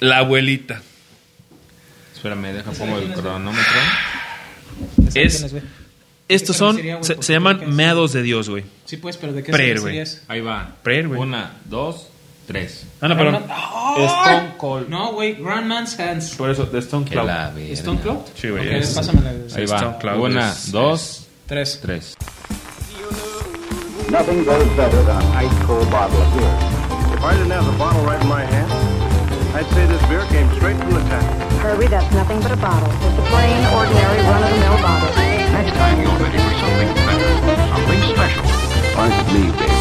La abuelita. Espérame, deja, pongo el cronómetro. Es, estos son, sería, güey, se, porque se creo llaman que es- meados de Dios, güey. Sí, pues, pero ¿de qué Pre, serie güey. serías? Ahí va. Pre, güey. Una, dos, tres. Ah, no, perdón. Stone Cold. No, güey, Grandman's Hands. Por eso, de Stone Que Cloud. la verga. ¿Stone Cloud? Sí, güey, Ok, es- pásamela. Ahí Stone va. Cloud Una, es- dos, Tres. tres. Nothing goes better than an ice cold bottle of beer. If I didn't have the bottle right in my hand, I'd say this beer came straight from the tap. Herbie, that's nothing but a bottle. It's a plain, ordinary, run-of-the-mill bottle. Next time you're ready for something better, something special. Aren't me, baby.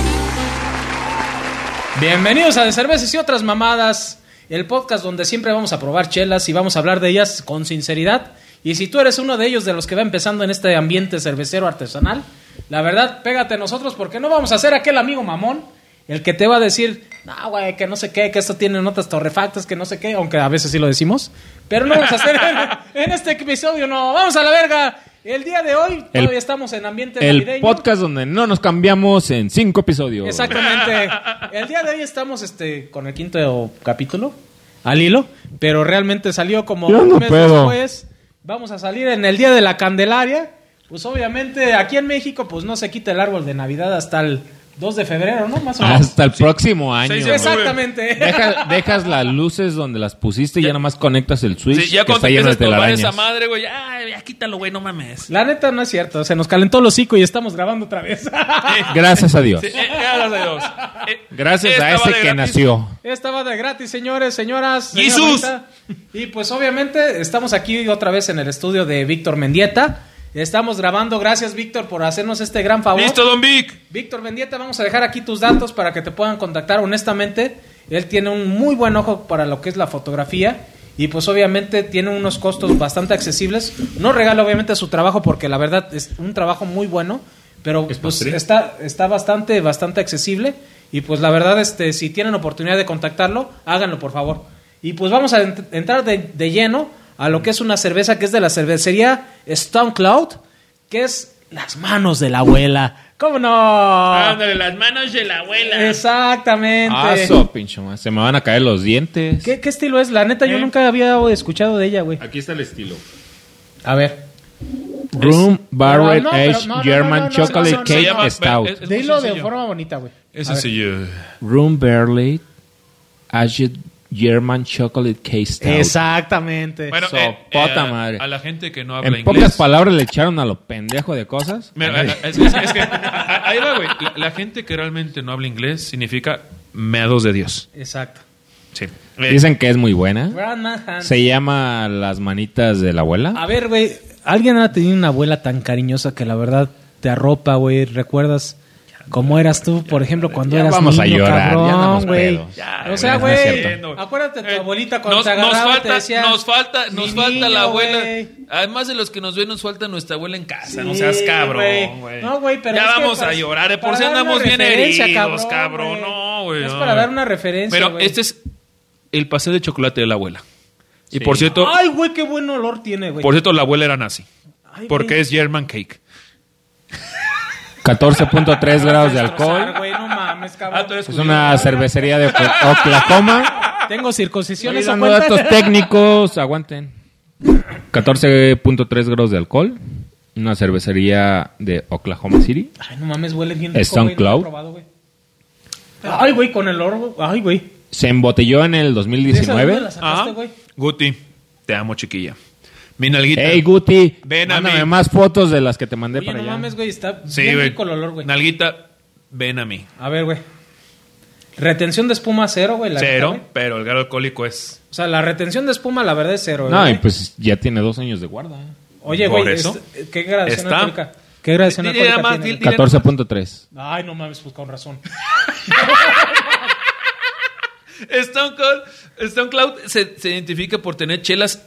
Bienvenidos a De Cervezas y Otras Mamadas, el podcast donde siempre vamos a probar chelas y vamos a hablar de ellas con sinceridad. Y si tú eres uno de ellos de los que va empezando en este ambiente cervecero artesanal, la verdad, pégate a nosotros porque no vamos a ser aquel amigo mamón, el que te va a decir, no, güey, que no sé qué, que esto tiene notas torrefactas, que no sé qué, aunque a veces sí lo decimos. Pero no vamos a hacer en, en este episodio, no, vamos a la verga. El día de hoy El- todavía estamos en ambiente El navideño. podcast donde no nos cambiamos en cinco episodios. Exactamente. El día de hoy estamos este, con el quinto capítulo al hilo, pero realmente salió como Yo no puedo. después. Vamos a salir en el día de la Candelaria. Pues obviamente aquí en México pues no se quita el árbol de Navidad hasta el 2 de febrero, ¿no? Más o menos. Hasta el próximo año. Sí, sí, güey. exacto. Exactamente. Deja- dejas las luces donde las pusiste y ya nada más conectas el switch Sí, ya que cuando está lleno de empiezas a probar esa telarañas. madre, güey, ay, ya quítalo, güey, no mames. La neta no es cierto, se nos calentó el hocico y estamos grabando otra vez. Gracias a Dios. Sí, eh, gracias a Dios. Eh, Gracias esta a va ese de que gratis. nació. Estaba de gratis, señores, señoras. ¡Jesús! señorita. Y pues obviamente estamos aquí otra vez en el estudio de Víctor Mendieta. Estamos grabando. Gracias, Víctor, por hacernos este gran favor. Listo, Don Vic. Víctor Mendieta, vamos a dejar aquí tus datos para que te puedan contactar honestamente. Él tiene un muy buen ojo para lo que es la fotografía. Y pues obviamente tiene unos costos bastante accesibles. No regala obviamente su trabajo porque la verdad es un trabajo muy bueno. Pero pues, patrín. está, está bastante, bastante accesible. Y pues la verdad, este, si tienen oportunidad de contactarlo, háganlo por favor. Y pues vamos a ent- entrar de, de lleno a lo que es una cerveza que es de la cervecería Stone Cloud, que es las manos de la abuela. ¿Cómo no? Ándale, las manos de la abuela. Exactamente. Aso, pincho más. Se me van a caer los dientes. ¿Qué, qué estilo es? La neta, yo Eh. nunca había escuchado de ella, güey. Aquí está el estilo. A ver. Room Barrel No, no, pero Aged no, no, German no, no, Chocolate no, no, no, Cake no, no, no. Stout. Es- es- muy Dilo de sencillo. forma bonita, güey. Es A ver. sencillo. Room Barrel Aged German Chocolate Cake Stout. Exactamente. Bueno, So, eh, eh, puta a, madre. a la gente que no habla En inglés. pocas palabras le echaron a lo pendejo de cosas. Mira, eh, es, es- es que a- ahí va, güey. La, la gente que realmente no habla inglés significa meados de Dios. Exacto. Sí. Eh, Dicen que es muy buena. Brad Manhattan. Se llama Las Manitas de la Abuela. A ver, güey. ¿Alguien ha tenido una abuela tan cariñosa que la verdad te arropa, güey? ¿Recuerdas cómo eras tú, por ejemplo, cuando ya eras vamos a niño, llorar, cabrón, ya andamos güey? pedos. Ya, O sea, no es güey, cierto. acuérdate de Eh, tu abuelita cuando nos, te agarraba nos falta, te decía, nos falta, "Mi nos falta niño, la abuela. güey". Además de los que nos ven, nos falta nuestra abuela en casa. no Sí, seas cabrón, güey. güey. No, güey, pero Ya es que vamos para- a llorar. eh, Por para si dar andamos una bien referencia, heridos, cabrón, cabrón. güey. No, güey. Es no, para dar güey. una referencia, Pero güey. este es el paseo de chocolate de la abuela. Y por cierto, Ay, güey, qué buen olor tiene, güey. por cierto, la abuela era nazi. Ay, Porque güey. es German cake. 14.3 grados de alcohol. Destrozar, güey, no mames, cabrón. Ah, tú eres Es judío. una cervecería de Oklahoma. ah. Tengo Estoy circuncisiones o dando cuentas. datos técnicos, aguanten. 14.3 grados de alcohol. Una cervecería de Oklahoma City. Ay, no mames, huele bien. ¿Es rico, güey, no lo he SoundCloud? probado, güey. Ay, güey, con el oro. Ay, güey. Se embotelló en el ¿De esa dónde 2019. la sacaste, Ajá. güey? Guti, te amo, chiquilla. Mi nalguita. Hey Guti, Ven a mándame mí. más fotos de las que te mandé Oye, para no allá. mames, güey, está sí, bien güey. rico el olor, güey. Nalguita, ven a mí. A ver, güey. Retención de espuma cero, güey. la neta, Cero, güey. pero el grado alcohólico es. O sea, la retención de espuma, la verdad, es cero, No, güey. y pues ya tiene dos años de guarda. Oye, por güey, eso este, ¿qué gradación está. alcohólica? ¿Qué gradación Dile alcohólica nada más, tiene? dile- güey? 14.3. Ay, no mames, pues con razón. Stone Cold, Stone Cloud se, se identifica por tener chelas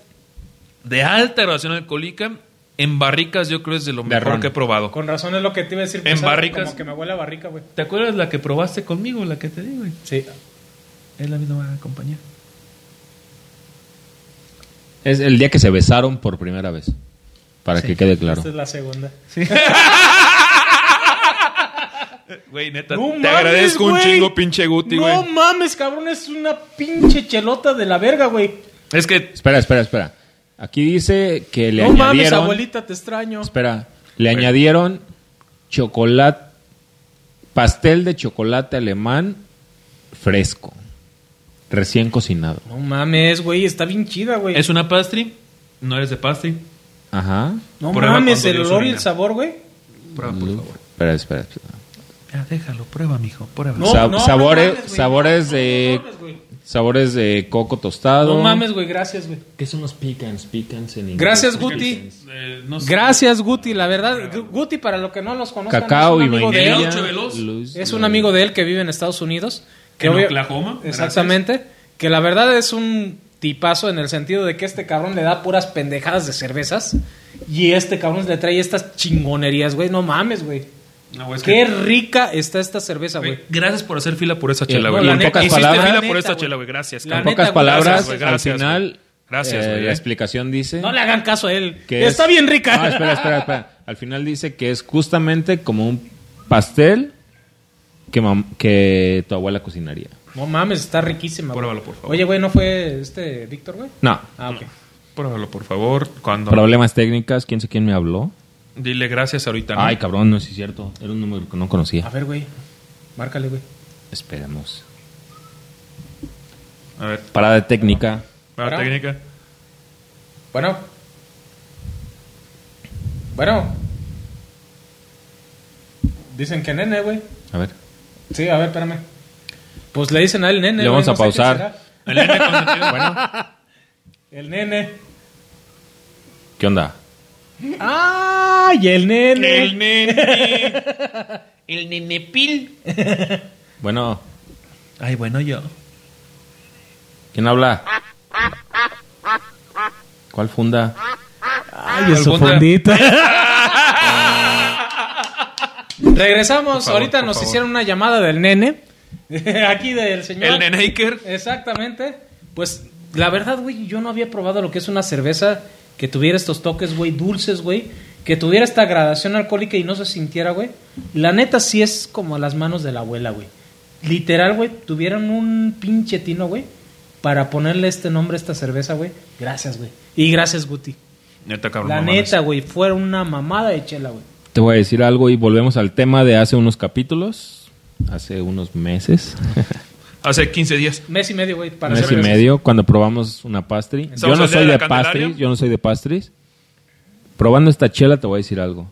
de alta graduación alcohólica en barricas, yo creo es de lo De mejor ron. que he probado. Con razón es lo que te iba a decir. En pues, sabe, barricas. Como que me huele a barrica, güey. ¿Te acuerdas la que probaste conmigo, la que te digo? Sí. Es la misma compañía. Es el día que se besaron por primera vez. Este Para que quede claro. Esta es la segunda. Güey, neta, No te mames, agradezco un güey. chingo, pinche Guti, güey. No mames, cabrón, es una pinche chelota de la verga, güey. es que Espera, espera, espera. Aquí dice que le No añadieron. mames, abuelita, te extraño. Espera, le añadieron chocolate, pastel de chocolate alemán fresco, recién cocinado. No mames, güey, está bien chida, güey. es una pastry. No eres de pastry. Ajá. No Prueba mames, cuando el Dios olor y orina. el sabor, güey. Prueba, por favor. Espera, espera, espera. Ya, déjalo, prueba, mijo, prueba. No, Sa- e- no, no sabores, mames, güey. sabores No, de, no mames, güey. sabores de coco tostado. No mames, güey, gracias, güey. ¿Qué son los pecans? Pecans en inglés. Gracias, Guti. Eh, no sé. Gracias, Guti, la verdad. Gu- Guti, para los que no los conozcan, Cacao es y un amigo de vainilla. él. Gaucho Veloz. luz- Es un amigo de él que vive en Estados Unidos. Que En obvio- Oklahoma, gracias. Exactamente. Que la verdad es un tipazo en el sentido de que este cabrón le da puras pendejadas de cervezas. Y este cabrón le trae estas chingonerías, güey. No mames, güey. No, güey, es Qué Pues que- rica está esta cerveza, güey. Güey, Gracias por hacer fila por esa chela, no, güey. la neta, Hiciste palabras- fila la por neta, esta güey. chela, güey. Gracias, La En cabrón. neta, pocas güey, palabras, gracias, güey, gracias, al final, güey. Gracias, eh, güey, eh. la explicación dice... No le hagan caso a él. que es- Está bien rica. No, espera, espera, espera. Al final dice que es justamente como un pastel que, mam- que tu abuela cocinaría. No mames, está riquísima. güey. Pruébalo, por favor. Oye, güey, ¿no fue este Víctor, güey? No. Ah, ok. Pruébalo, por favor. Cuando Problemas técnicas, quién sé quién me habló. Dile gracias ahorita, ¿no? Ay, cabrón, no es cierto. Era un número que no A conocía. ver, güey. Márcale, güey. Esperemos. A ver, Parada técnica. para Bravo. técnica. Bueno. Bueno. Dicen que nene, güey. A ver. Sí, a ver, espérame. Pues le dicen al nene. Le güey, vamos a sé quién pausar. será. El nene consentido. El nene. ¿Qué onda? ¡Ay, el nene! El nene. El nenepil. Bueno, Ay, bueno, yo. ¿quién habla? ¿Cuál funda? ¡Ay, es su Algún día- Regresamos. Por favor, Ahorita por nos favor. hicieron una llamada del nene. Aquí del señor. El neneiker. Exactamente. Pues la verdad, güey, yo no había probado lo que es una cerveza que tuviera estos toques, güey, dulces, güey, que tuviera esta gradación alcohólica y no se sintiera, güey. La neta sí es como a las manos de la abuela, güey. Literal, güey, tuvieron un pinche tino, güey, para ponerle este nombre a esta cerveza, güey. Gracias, güey. Y gracias, Guti. Neta, cabrón. La no mames. neta, güey, fue una mamada de chela, güey. Te voy a decir algo y volvemos al tema de hace unos capítulos, hace unos meses. Hace 15 días. Mes y medio, güey, para mes y cervezas. medio cuando probamos una pastry. Yo Estamos no al día soy de de, la Candelaria. pastries, yo no soy de pastries. Probando esta chela te voy a decir algo.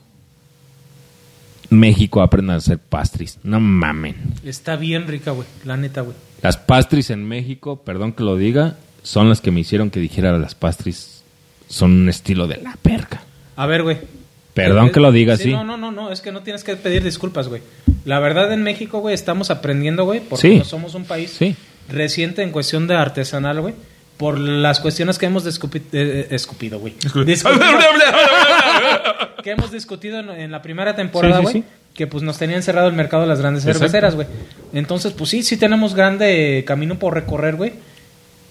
México aprende a hacer pastries. No mamen. Está bien rica, güey, la neta, güey. Las pastries en México, perdón que lo diga, son las que me hicieron que dijera las pastries son un estilo de la perca. A ver, güey. Perdón que lo diga así. No, no, no, no, es que no tienes que pedir disculpas, güey. La verdad en México, güey, estamos aprendiendo, güey, porque Sí. no somos un país Sí. reciente en cuestión de artesanal, güey, por las cuestiones que hemos discupi- eh, eh, escupido, güey. Discutido- que hemos discutido en, en la primera temporada, Sí, sí, güey. sí. Que pues nos tenían cerrado el mercado de las grandes Exacto. cerveceras, güey. Entonces, pues sí, sí tenemos grande eh, camino por recorrer, güey.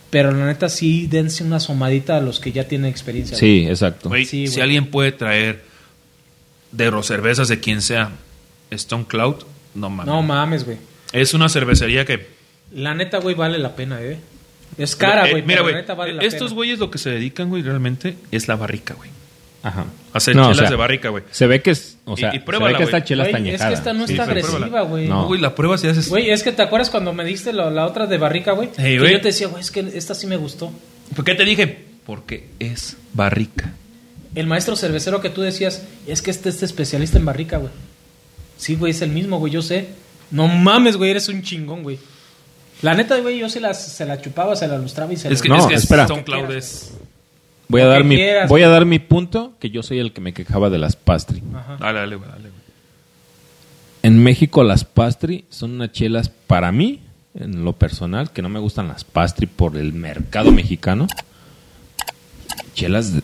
Pero la neta, sí dense una asomadita a los que ya tienen experiencia. güey. Sí, exacto. Güey, Sí, si güey. alguien puede traer de los cervezas de quien sea Stone Cloud, no mames. No mames, güey. Es una cervecería que. La neta, güey, vale la pena, eh. Es cara, Eh, güey. mira, pero güey. la neta vale la estos pena. güeyes lo que se dedican, güey, realmente es la barrica, güey. Ajá. Hacer chelas de barrica, güey. Se ve que es, o Y- sea, y se ve pruébala, que esta güey. chela está Güey, es que añejada. esta no Sí, está sí, pruébala. agresiva, güey. No. Güey, la prueba se hace. Güey, es que te acuerdas cuando me diste lo- la otra de barrica, güey. Ey, Que güey. yo te decía, güey, es que esta sí me gustó. ¿Por qué te dije? Porque es barrica. El maestro cervecero que tú decías, es que este es especialista en barrica, güey. Sí, güey, es el mismo, güey, yo sé. No mames, güey, eres un chingón, güey. La neta, güey, yo se, las, se la chupaba, se la lustraba y se Es que, la... No, es que espera. Stone Cloud es. Voy a Lo que dar mi quieras, voy a dar mi punto que yo soy el que me quejaba de las pastry. Ajá. Dale, dale, güey, dale, güey. En México las pastry son unas chelas para mí, en lo personal, que no me gustan las pastry por el mercado mexicano. Chelas de-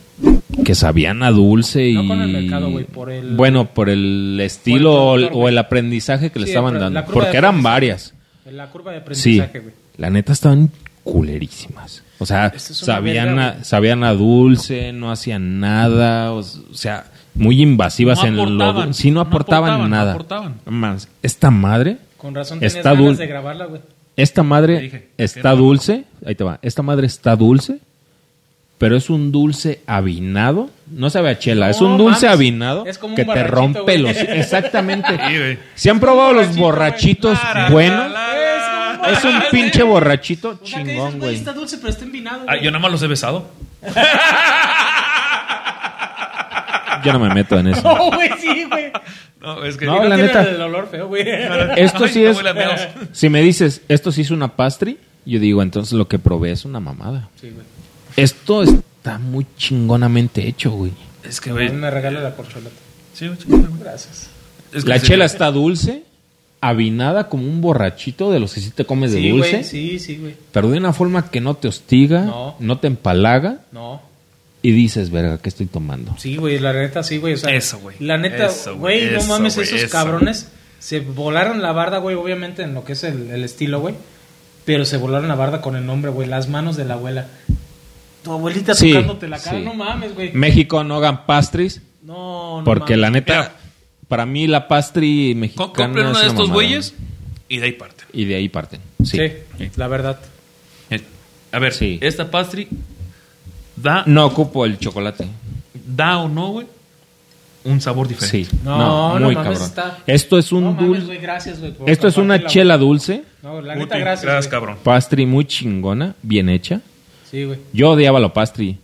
que sabían a dulce y No con el mercado, güey, por el- bueno, por el estilo o el- productor, o güey. el aprendizaje que le Sí, estaban la- la dando, curva de porque eran aprendizaje. varias. En la curva de Sí, aprendizaje, güey. la neta estaban culerísimas. O sea, Esta es una sabían, verga, a, sabían a dulce, no hacían nada. O, s- o sea, muy invasivas No en aportaban, lo... Sí, no no aportaban aportaban, no nada. aportaban. Más, esta madre, Con razón tienes Está ganas dul- de grabarla, güey. esta madre Te dije, está era bajo. dulce, ahí te va, esta madre está dulce, pero es un dulce avinado, no sabe a chela, es No un dulce mames, avinado es como un que te borrachito, rompe güey. los... Exactamente. Sí, güey. Si han probado los borrachito, borrachitos güey. buenos, Ah. es un pinche borrachito O sea, que dices, chingón, güey, güey. está dulce, pero está envinado. Ah, güey. yo nada más los he besado. Yo no me meto en eso. No, güey, sí, güey. No, es que. No, Y la tiene neta. El olor feo, güey. Esto Ay, sí no es. huele a meos. Si me dices, esto sí es una pastry, yo digo, entonces lo que probé es una mamada. Sí, güey. Esto está muy chingonamente hecho, güey. Es que, A mí güey. me regala la corcholata. Sí, güey, chiquita, güey. Gracias. Es que La sí. chela está dulce, avinada como un borrachito de los que sí te comes de Sí, dulce, güey. Sí, sí, güey. pero de una forma que no te hostiga, No. no, te empalaga No. y dices, verga, ¿qué estoy tomando? Sí, güey, la neta, sí, güey. o sea, Eso, güey. La neta, Eso, güey. güey, no Eso, mames, güey. esos Eso, cabrones se volaron la barda, güey, obviamente en lo que es el, el estilo, güey. Pero se volaron la barda con el nombre, güey, las manos de la abuela. Tu abuelita Sí, tocándote la cara, sí. no mames, güey. México no hagan pastries No, no. porque mames. la neta, Mira. para mí la pastry mexicana Co- Compren es uno de estos mamada. güeyes y de ahí parte. y de ahí parten. Sí, sí. la verdad. Eh, A ver, Sí. esta pastry da, No ocupo el chocolate. da o no, güey, un sabor diferente. Sí. No, No, no muy mames, cabrón. está- Esto es un no, mames, dulce. güey, gracias, güey. por Esto es una compartirla, chela dulce. güey. No, la Puta, neta, gracias. güey. cabrón. Pastry muy chingona, bien hecha. Sí, güey. Yo odiaba la pastry.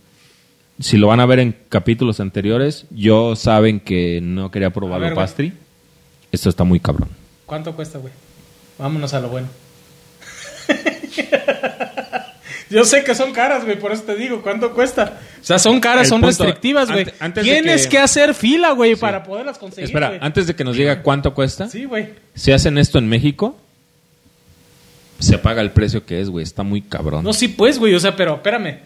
Si lo van a ver en capítulos anteriores, yo saben que no quería probar A ver, la güey. pastry. Esto está muy cabrón. ¿Cuánto cuesta, güey? Vámonos a lo bueno. Yo sé que son caras, güey, por eso te digo, ¿cuánto cuesta? O sea, son caras, El son punto, restrictivas, güey. ante- antes de Tienes que... que- hacer fila, güey, para poderlas conseguir. Espera, güey. antes de que nos diga cuánto cuesta, Sí, güey. si hacen esto en México, se paga el precio que es, güey. Está muy cabrón. No, sí, pues, güey, o sea, pero espérame.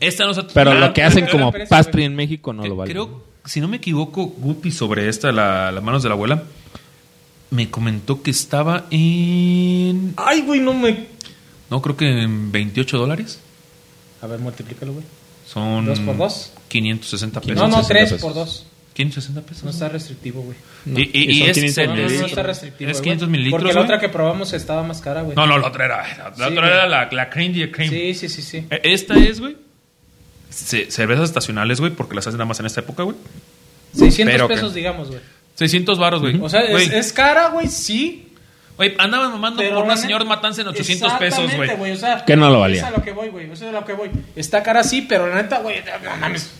Esta no se- Pero la- lo que hacen pero como la presa, pastry güey. en México no eh, lo vale. Creo, si no me equivoco, Guppy sobre esta, la- las manos de la abuela, me comentó que estaba en. Ay, güey, no me... No, creo que en 28 dólares. A ver, multiplícalo, güey. Son. ¿Dos por dos? 560 pesos. No, no, 160 tres pesos. por dos. 560 pesos. No está restrictivo, güey. Y, y- Y y son es 500 en- No, no, no, mililitros. está restrictivo, Es güey. 500 mililitros. Porque la güey. otra que probamos estaba más cara, güey. No, no, la otra era. La, la Sí, otra era güey. la, la cream de cream. Sí, sí, sí, sí. E- Esta es, güey. ce- cervezas estacionales, güey, porque las hacen nada más en esta época, güey. 600 Pero que- pesos, digamos, güey. 600 varos, güey. O sea, es, Güey, es cara, güey, sí, güey, andaban mamando Pero por una la neta- señora matanza en 800 pesos, Exactamente, güey. o sea, Que no lo valía. Es a lo que voy, güey. Eso es a lo que voy. Está cara sí, pero la neta, güey, no mames.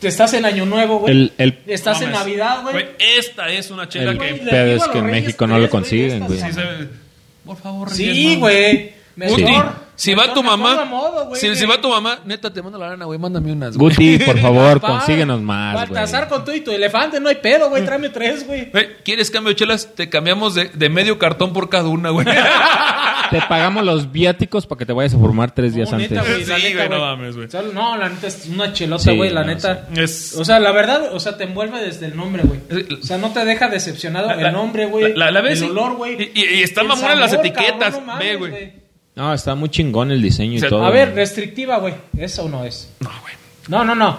Te estás en Año Nuevo, güey. El- el- Estás No en mames. Navidad, güey. Esta es una chela El- que. Güey, le pedo digo es a que los en Reyes México no lo Reyes, güey, consiguen, estas güey. Sí, son- se- Por favor, Sí, Reyes, no. güey. Guti, Mejor, si va mejor, tu mamá, mejor modo, güey, si, de- si va tu mamá, neta, te mando la lana, güey, mándame unas, güey. Guti, por favor, Papá, consíguenos más, güey. Baltasar con tú y tu elefante, no hay pedo, güey. Tráeme tres, güey. Güey, ¿Quieres cambio de chelas? Te cambiamos de, de medio cartón por cada una, güey. Te pagamos los viáticos para que te vayas a formar tres días No, antes. neta, güey, la Sí, neta, güey, no mames, güey. O sea, No, la neta es una chelota, Sí, güey, la no, neta. Es- O sea, la verdad, o sea, te envuelve desde el nombre, güey. Eh, O sea, no te deja decepcionado el nombre, güey. La, la- la ves El y- olor, güey. Y, y están el mamonas las sabor, etiquetas. cabrón, no Ve, mames, güey. No, está muy chingón el diseño y O sea, todo. A ver, güey. restrictiva, güey. ¿Esa o no es? No, güey. No, no, no.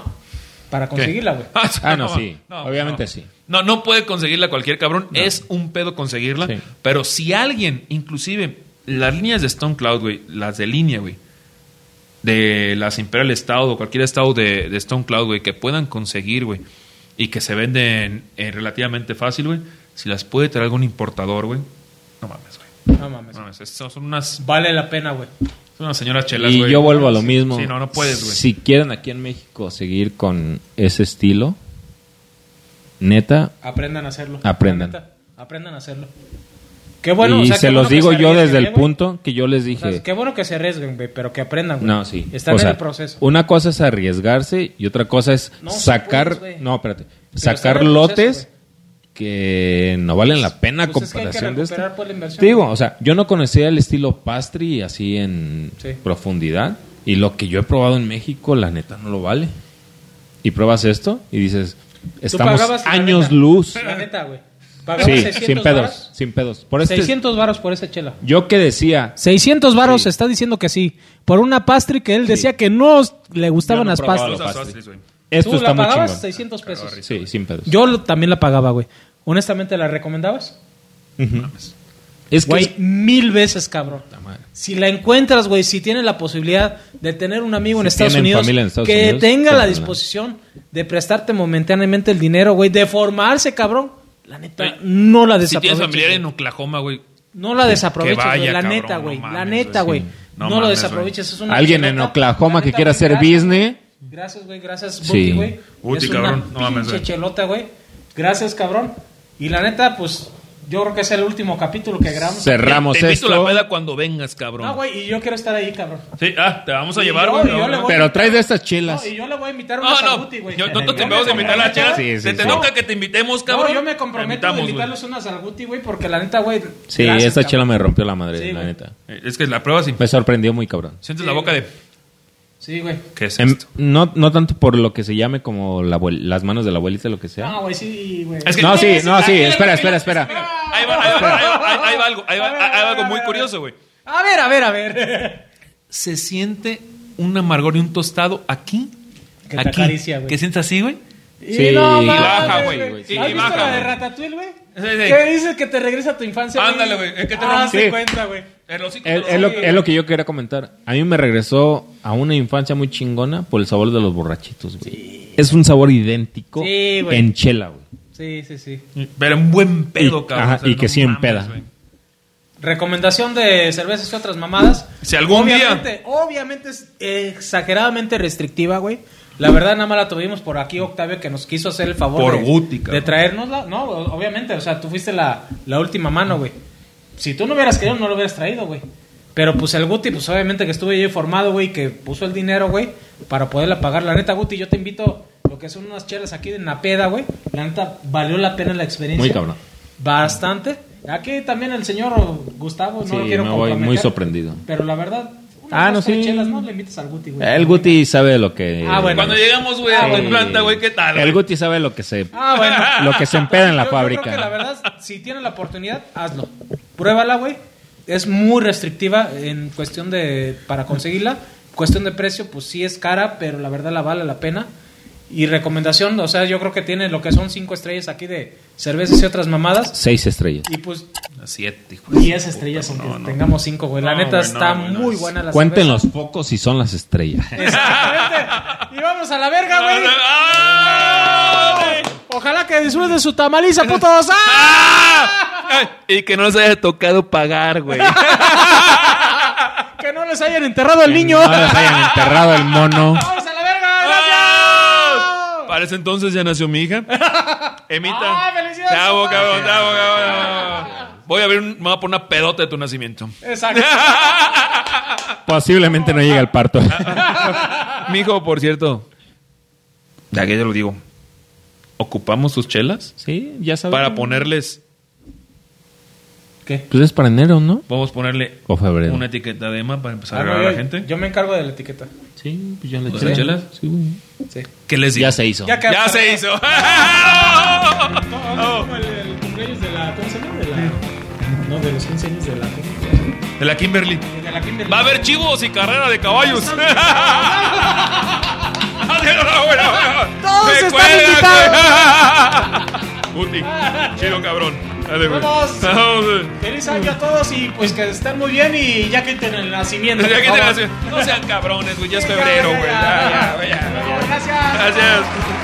Para conseguirla, güey. Ah, no, sí. Obviamente no. sí. No, no puede conseguirla cualquier cabrón. Es un pedo conseguirla. Sí. Pero si alguien, inclusive las líneas de Stone Cloud, güey, las de línea, güey, de las Imperial Estado o cualquier estado de, de Stone Cloud, güey, que puedan conseguir, güey, y que se venden eh, relativamente fácil, güey, si las puede traer algún importador, güey, no mames, güey. No mames. No mames. Estas Son unas, Vale la pena, güey. son unas señoras chelas, y güey. yo vuelvo a lo mismo. Sí, no, no puedes, güey. Si quieren aquí en México seguir con ese estilo, neta, Aprendan a hacerlo. Aprendan. La neta, Aprendan a hacerlo. Qué bueno. y o sea, se qué los bueno que digo se yo arriesguen, desde el güey. punto que yo les O sea, dije. qué bueno que se arriesguen, güey, pero que aprendan, güey. No, sí. Están O sea, en el proceso. Una cosa es arriesgarse y otra cosa es No, sí sacar. puedes, güey. no, espérate. están sacar en el proceso, lotes que no valen la pena a Pues es que hay que comparación de recuperar, esto. pues, la inversión. Te digo, o sea, yo no conocía el estilo pastry así en Sí. profundidad. Y lo que yo he probado en México, la neta, no lo vale. Y pruebas esto y dices, estamos pagabas, la años neta. luz. La neta, güey. Pagaba Sí, 600 sin pedos, varos. sin pedos. Por este, 600 varos por esa chela. yo que decía, 600 varos Sí. está diciendo que sí. Por una pastry que él decía que no le gustaban Yo no las probaba Los pastas. la astros, pastry. güey. Esto ¿Tú está la muy pagabas? chingón. 600 pesos. Sí, sin pedos. Yo lo- también la pagaba, güey. Honestamente, ¿la recomendabas? Ujú. Es que Güey, es- mil veces, cabrón. Puta madre. Si la encuentras, güey, si tienes la posibilidad de tener un amigo Si en, Estados tienen Unidos, familia en Estados que Unidos, tenga la cómprala. disposición de prestarte momentáneamente el dinero, güey, de formarse, cabrón, la neta, no la Si desaproveches. tienes familiar güey. en Oklahoma, güey. No la desaproveches, Que vaya, güey, la cabrón, neta, no güey, la mames, neta, güey, güey. sí. No, No lo mames, desaproveches. Es una alguien en chelota. Oklahoma La que neta, quiera güey, hacer gracias, business. Gracias, güey, gracias, Sí. Buti, güey. Buti, es cabrón, no una mames, pinche güey. chelota, güey. Gracias, cabrón. Y la neta, pues, yo creo que es el último capítulo que grabamos. Cerramos te, te invito esto. la peda cuando vengas, cabrón. No, güey, y yo quiero estar ahí, cabrón. Sí, ah, te vamos a Y llevar, yo- güey. y yo le voy- Pero trae de estas chelas. No, y yo le voy a invitar unas No, a no, Buti, güey. yo, nosotros te Yo vamos a me invitar a la comprometo- chela. Sí, sí, Se te sí. toca que te invitemos, No, cabrón. yo me Te comprometo a invitamos, invitarlos unas al Guti, güey, porque la neta, güey. Sí, gracias, esa cabrón. chela me rompió la madre, Sí, la güey. neta. güey. Es que la prueba sí. Me sorprendió muy cabrón. Sientes la boca de... Sí, güey. ¿Qué es Em, esto? no, no tanto por lo que se llame como la abuel- las manos de la abuelita, lo que sea. No, güey, sí, güey. Es que- No, sí, no, sí, Aquí, espera, mira, espera, espera. mira, Ahí va, ahí va, ahí va, ahí va, ahí va algo, ahí va, A ver, ahí va a ver, algo a muy ver, curioso, güey. A ver, a ver, a ver. Se siente un amargor y un tostado aquí. Que te aquí. acaricia, güey. ¿Qué sientes así, güey? Sí, y no, y mames, baja, güey, güey, sí, ¿Has y visto baja, la de güey. Ratatouille, güey? Sí, sí. ¿Qué dices que te regresa a tu infancia? Ándale, güey, es que te ah, lo- se Sí. cuenta, güey. El hocico, Es, el es lo, hocico. es lo que yo quería comentar. A mí me regresó a una infancia muy chingona por el sabor de los borrachitos, güey. Es un sabor idéntico Sí, güey. en chela, güey. Sí, sí, sí. Pero un buen pedo, Y- cabrón. ajá, o sea, y que sí empeda. mames, güey. Recomendación de cervezas y otras mamadas. Si algún día- obviamente, Obviamente es exageradamente restrictiva, güey. La verdad, nada más la tuvimos por aquí, Octavio, que nos quiso hacer el favor Por de, Guti, de cabrón. traérnosla. No, obviamente, o sea, tú fuiste la, la última mano, güey. Si tú no hubieras querido, no lo hubieras traído, güey. Pero pues el Guti, pues obviamente que estuve yo informado, güey, que puso el dinero, güey, para poderla pagar. La neta, Guti, yo te invito lo que son unas chelas aquí en la peda, güey. La neta, valió la pena la experiencia. Muy cabrón. Bastante. Aquí también el señor Gustavo, no Sí, lo quiero me voy comprometer, muy sorprendido. Pero la verdad, Ah, no, dos, tres sí. chelas, ¿no? Le invitas al Guti, güey. El Guti sabe lo que... Ah, bueno. Cuando llegamos, güey, Ah, a bueno. la planta, güey, ¿qué tal? El güey? Guti sabe lo que se... Ah, bueno. Lo que se empeda en la Yo- yo fábrica. creo que la verdad, si tienes la oportunidad, hazlo. Pruébala, güey. Es muy restrictiva en cuestión de... para conseguirla. Cuestión de precio, pues sí es cara, pero la verdad la vale la pena. Y recomendación, o sea, yo creo que tiene lo que son cinco estrellas aquí de cervezas y otras mamadas. Seis estrellas. Y pues A Siete, hijo de su 10 Pues, puta, estrellas, aunque no, no. tengamos cinco, güey. La No, neta güey, no, está güey, no, muy es- buena la Cuenten cerveza. los pocos si son las estrellas. Exactamente. Y vamos a la verga, güey. ¡Ah! Ojalá que disfruten su tamaliza, putos. ¡Ah! ¡Ah! Y que no les haya tocado pagar, güey. Que no les hayan enterrado al niño. No les hayan enterrado el mono. Vamos a la verga, ¡Ah! gracias. Para ese entonces ya nació mi hija. Emita. ¡Ay, felicidades, Te amo, papá! cabrón, te amo, cabrón. Voy a abrir un, me voy a poner una pedota de tu nacimiento. Exacto. Posiblemente no llegue al parto. Mi hijo, por cierto. Ya que ya lo digo. Ocupamos sus chelas Sí, ya sabes. para ponerles. ¿Qué? Pues es para enero, ¿no? Vamos a ponerle O febrero. una etiqueta de Emma para empezar a Ah, no, grabar yo, a la gente. yo me encargo de la etiqueta. Sí, pues ya la ¿Las chelas? Sí, güey. Sí. ¿Qué les digo? Ya se hizo. Ya Ya se hizo. Oh. Como el, el cumpleaños de la. ¿Cómo se llama? De la. No, de los 15 años de la. De la Kimberly. De la Kimberly. Va a haber chivos y carrera de caballos. Todos Me están cuelgan, invitados. güey. Guti, chido cabrón. Dale, güey. Vamos. Vamos, güey. Feliz año a todos y pues que estén muy bien y ya quiten el nacimiento. Ya por que te favor. la- No sean cabrones, güey. Ya es febrero, güey. Ya, ya, güey, ya, ya. Gracias. Gracias.